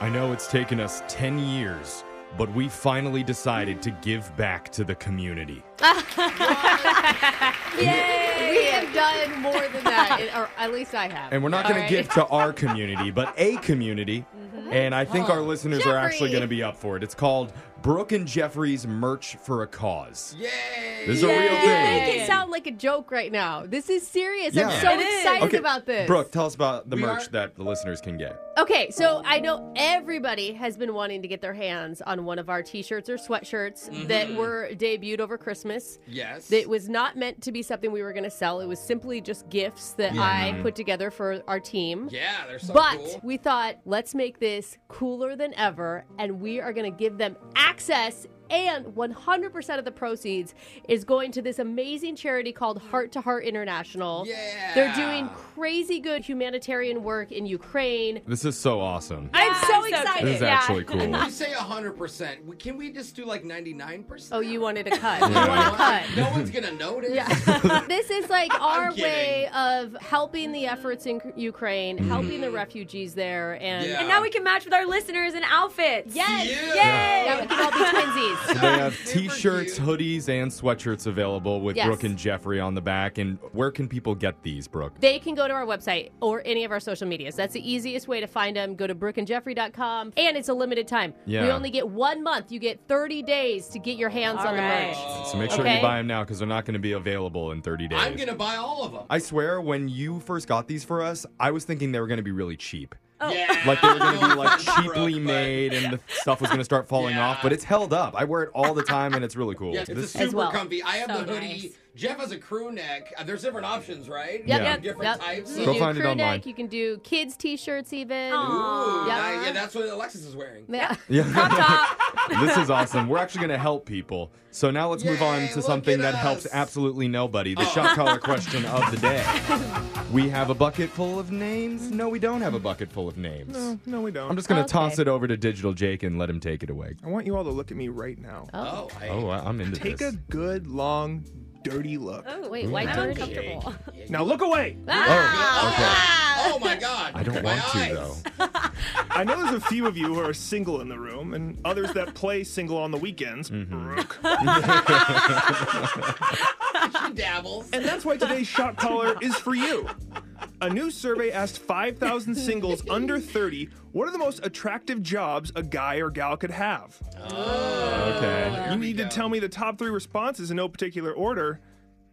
I know it's taken us 10 years, but we finally decided to give back to the community. We have done more than that, or at least I have. And we're not going All right. to give to our community, but a community. And I think our listeners are actually Mm-hmm. Jeffrey. going to be up for it. It's called Brooke and Jeffrey's Merch for a Cause. Yay! This is a real You thing. make it sound like a joke right now. This is serious. Yeah. I'm so It is. excited about this. Brooke, tell us about the We merch are- that the listeners can get. Okay, so I know everybody has been wanting to get their hands on one of our t-shirts or sweatshirts that were debuted over Christmas. Yes. It was not meant to be something we were going to sell. It was simply just gifts that I put together for our team. yeah, they're so But cool. we thought, let's make this cooler than ever, and we are going to give them access. And 100% of the proceeds is going to this amazing charity called Heart to Heart International. Yeah. They're doing crazy good humanitarian work in Ukraine. This is so awesome. I'm Yeah, so I'm so excited. This is Yeah. actually cool. You say 100%. We- Can we just do like 99%? Oh, you wanted to cut. Yeah. You want to cut. No one's going to notice. Yeah. this is like our kidding. way of helping the efforts in Ukraine, helping the refugees there, and Yeah. And now we can match with our listeners and outfits. yes, Yeah. Yay! now we can all be twinsies. They have Super t shirts, cute. hoodies, and sweatshirts available with Yes. Brooke and Jeffrey on the back. And where can people get these, Brooke? They can go to our website or any of our social medias. That's the easiest way to find them. Go to brookandjeffrey.com, and it's a limited time. Yeah. We only get one month. You get 30 days to get your hands All on right. the merch. So make sure you Okay. buy them now because they're not going to be available in 30 days. I'm going to buy all of them. I swear, when you first got these for us, I was thinking they were going to be really cheap. Oh. Yeah. Like they were going to be No, like I'm broke, cheaply but- made and the stuff was going to start falling Yeah. off, but it's held up. I wear it all the time and it's really cool. Yeah, it's a This- super well. comfy. I have So the hoodie. nice. Jeff has a crew neck. Uh, There's different options, right? Yep, Yeah. yep, Different yep. types. Go You can do find it crew online. neck. You can do kids' t-shirts even. Yeah. Ooh, nice. yeah, that's what Alexis is wearing. Yeah. yeah. Top. this is awesome. We're actually going to help people. So now let's move Yay, on to look something at that helps us. Oh. absolutely nobody the shot collar question of the day. We have a bucket full of names. No, we don't have a bucket full of names. No, we I'm don't. just going to Okay. toss it over to Digital Jake and let him take it away. I want you all to look at me right now. Oh, I, Oh, I- I'm into Take this. a good, long, dirty look. Wait, why I'm dirty? uncomfortable. Now look away. Oh, okay. oh my God. I don't My want eyes. to though. I know there's a few of you who are single in the room and others that play single on the weekends. Brooke. She dabbles. And that's why today's shot collar is for you. A new survey asked 5,000 singles under 30 what are the most attractive jobs a guy or gal could have? Okay. You need to tell me the top three responses in no particular order.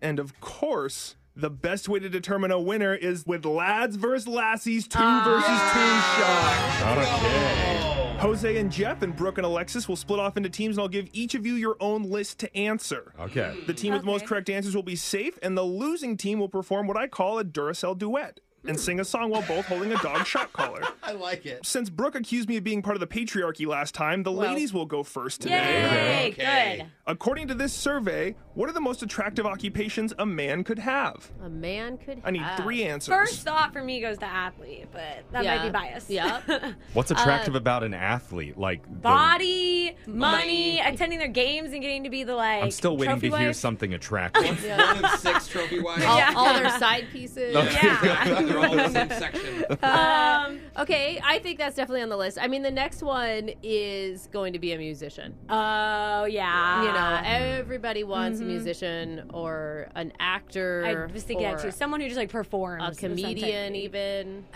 And of course, the best way to determine a winner is with lads versus lassies, two Ah. versus two shot. Okay. Jose and Jeff and Brooke and Alexis will split off into teams, and I'll give each of you your own list to answer. Okay. The team with the most Okay. correct answers will be safe, and the losing team will perform what I call a Duracell duet and sing a song while both holding a dog shot collar. I like it. Since Brooke accused me of being part of the patriarchy last time, the ladies will go first today. Yay! Okay. Good. According to this survey, what are the most attractive occupations a man could have? A man could. I need have. three answers. First thought for me goes to athlete, but that might Yeah. be biased. Yep. Uh, What's attractive about an athlete? Like the- Body, money, attending their games and getting to be the like. I'm still waiting to trophy hear wife. something attractive. One of six trophy wives. all, Yeah. all their side pieces. Yeah. They're all in the same section. Um, Okay, I think that's definitely on the list. I mean, the next one is going to be a musician. oh yeah. you know, everybody wants a musician or an actor. I was thinking or that too. Someone who just like performs. A of some type. comedian, even.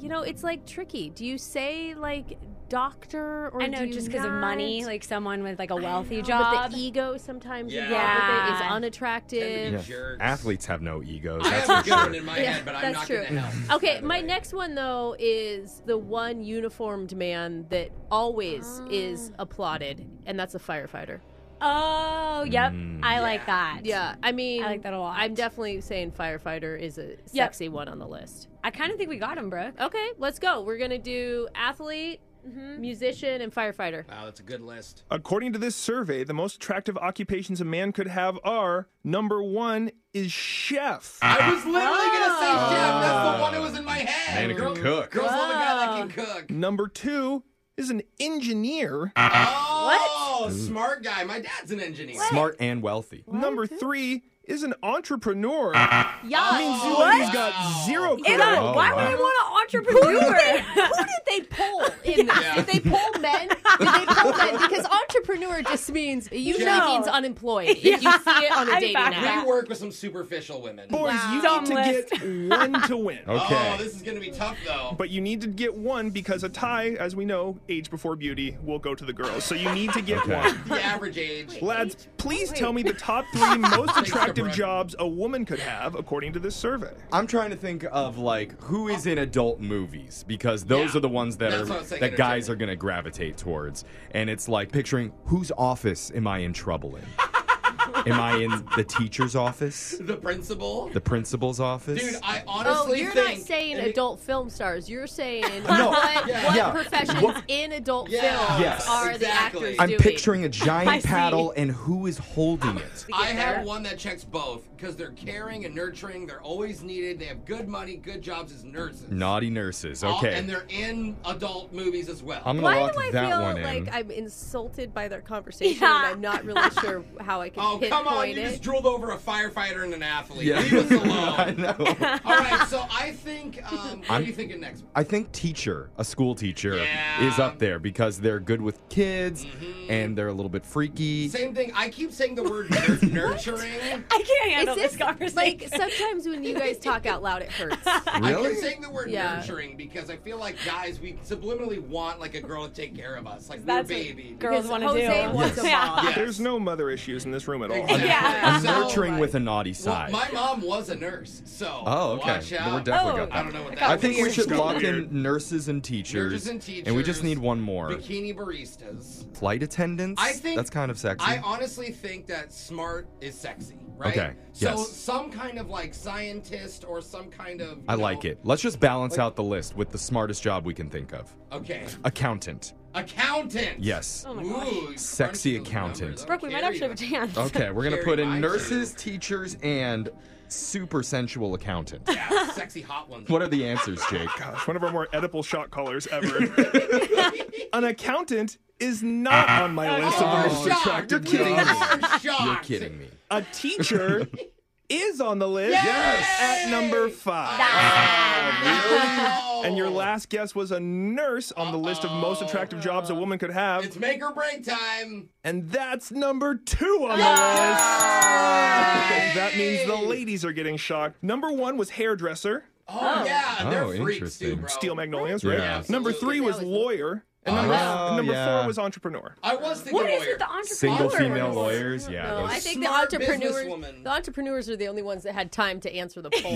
You know, it's like tricky. Do you say like doctor or I know, do you just because of money, not? like someone with like a I wealthy know, job. But the e ego sometimes Yeah. involved with it is Yeah. unattractive. Yeah. Yeah. Jerks. Athletes have no egos. I That's have a for good one sure. in my Yeah, head, but I'm that's not true. going to help. Okay, by the my way. next one though is the one uniformed man that always is applauded, and that's a firefighter. oh, yep. Mm. I Yeah. like that. Yeah, I mean, I like that a lot. I'm definitely saying firefighter is a sexy one on the list. I kind of think we got him, Brooke. Okay, let's go. We're gonna do athlete, Mm-hmm. musician, and firefighter. Wow, that's a good list. According to this survey, the most attractive occupations a man could have are number one is chef. I was literally going to say Jeff. That's the Oh. one that was in my head. Man who Girl- can cook. Mm. Girls love a guy that can cook. Number two is an engineer. Oh, smart guy. My dad's an engineer. Smart and wealthy. Number three is an entrepreneur. Yeah. He's got zero Ew, credit. Oh, why would wow. I want an entrepreneur? Who did they poll in this? Did they poll men? Did they poll men? Because entrepreneur just means it usually No. means unemployed. If you see it on a I dating found app. that. We work with some superficial women. Boys, you Dumb need to list. get one to win. Okay. Oh, this is gonna be tough though. But you need to get one because a tie, as we know, age before beauty will go to the girls. So you need to get Okay. one. the average age. Lads, please tell me the top three most attractive Brooke. jobs a woman could have according to this survey. I'm trying to think of like who is in adult movies because those Yeah. are the ones that That's what I are was thinking that guys originally. are going to gravitate towards. And it's like picturing whose office am I in trouble in? am I in the teacher's office? The principal. The principal's office? Dude, I Oh, honestly you're not think saying and it- adult film stars. You're saying No. what, Yeah. what Yeah. professions What- in adult Yeah. films Yes. are the Exactly. actors I'm doing? picturing a I giant see. paddle and who is holding it. I have there. one that checks both because they're caring and nurturing. They're always needed. They have good money, good jobs as nurses. Naughty nurses. All- Okay. and they're in adult movies as well. I'm going to Why lock do I that feel one in. like I'm insulted by their conversation Yeah. and I'm not really sure how I can oh, pinpoint come on. You it? just drooled over a firefighter and an athlete. yeah. Leave us I alone. know. All right, so I think, um, what I'm- are you thinking next? I think teacher, a school teacher, Yeah. Mm-hmm. is up there because they're good with kids and they're a little bit freaky. Same thing. I keep saying the word nur- nurturing. I can't handle Is this, this conversation. like sometimes when you guys talk out loud, it hurts. I Really? keep saying the word Yeah. nurturing because I feel like guys, we subliminally want like a girl to take care of us, like we're That's what baby. girls want to do. Jose wants a mom. Yes. There's no mother issues in this room at all. Exactly. Yeah. I'm So- nurturing with a naughty Well, side. my mom was a nurse, so oh, okay. watch Then out. We're definitely Oh. got I that. don't know what that I is. think we should Got lock weird. in nurses and teachers. Nurses and teachers. we just need one more. Bikini baristas. Flight attendants? I think That's kind of sexy. I honestly think that smart is sexy, right? Okay, So yes. some kind of like scientist or some kind of. you I like know- it. Let's just balance out the list with the smartest job we can think of. Okay. Accountant. Accountant. Yes. Oh my Ooh, gosh. you Sexy crunched those numbers. accountant. That'll Brooke, we might carry actually have a you. chance. Okay, we're gonna Carry put in my nurses, two. teachers, and super sensual accountant. Yeah, sexy hot ones. What are the answers, Jake? Gosh, one of our more edible shot callers ever. An accountant is not on my list of Oh, most shocked. attractive You're kidding me. jobs. shocked. You're kidding me. A teacher is on the list Yes. at number five. Oh, And your last guess was a nurse on the list of most attractive jobs a woman could have. It's make or break time. And that's number two on the list. Because that means the ladies are getting shocked. Number one was hairdresser, Oh, yeah, they're Oh, freaks too, interesting. bro. Steel Magnolias, right? Yeah. number three was lawyer. And number, Oh, and number yeah. four was entrepreneur. I was thinking What lawyer. is with the entrepreneur? Single female lawyer. lawyers? Yeah. No, those- I think the Smart entrepreneurs, businesswoman. the entrepreneurs are the only ones that had time to answer the poll.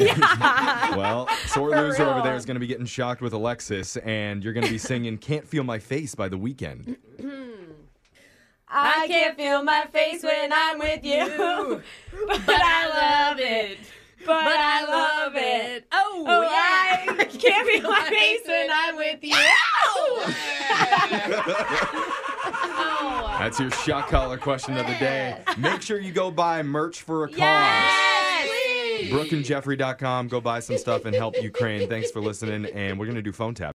Well, sore loser over real. there is going to be getting shocked with Alexis, and you're going to be singing "Can't Feel My Face" by the weekend. I can't feel my face when I'm with you, but I love it. But I love it. Oh, Oh, yeah. I can't feel my face when I'm with you. Oh. Yeah. That's your shock collar question of the day. Make sure you go buy merch for a cause. BrookeandJeffrey.com. Go buy some stuff and help Ukraine. Thanks for listening, and we're going to do phone tap.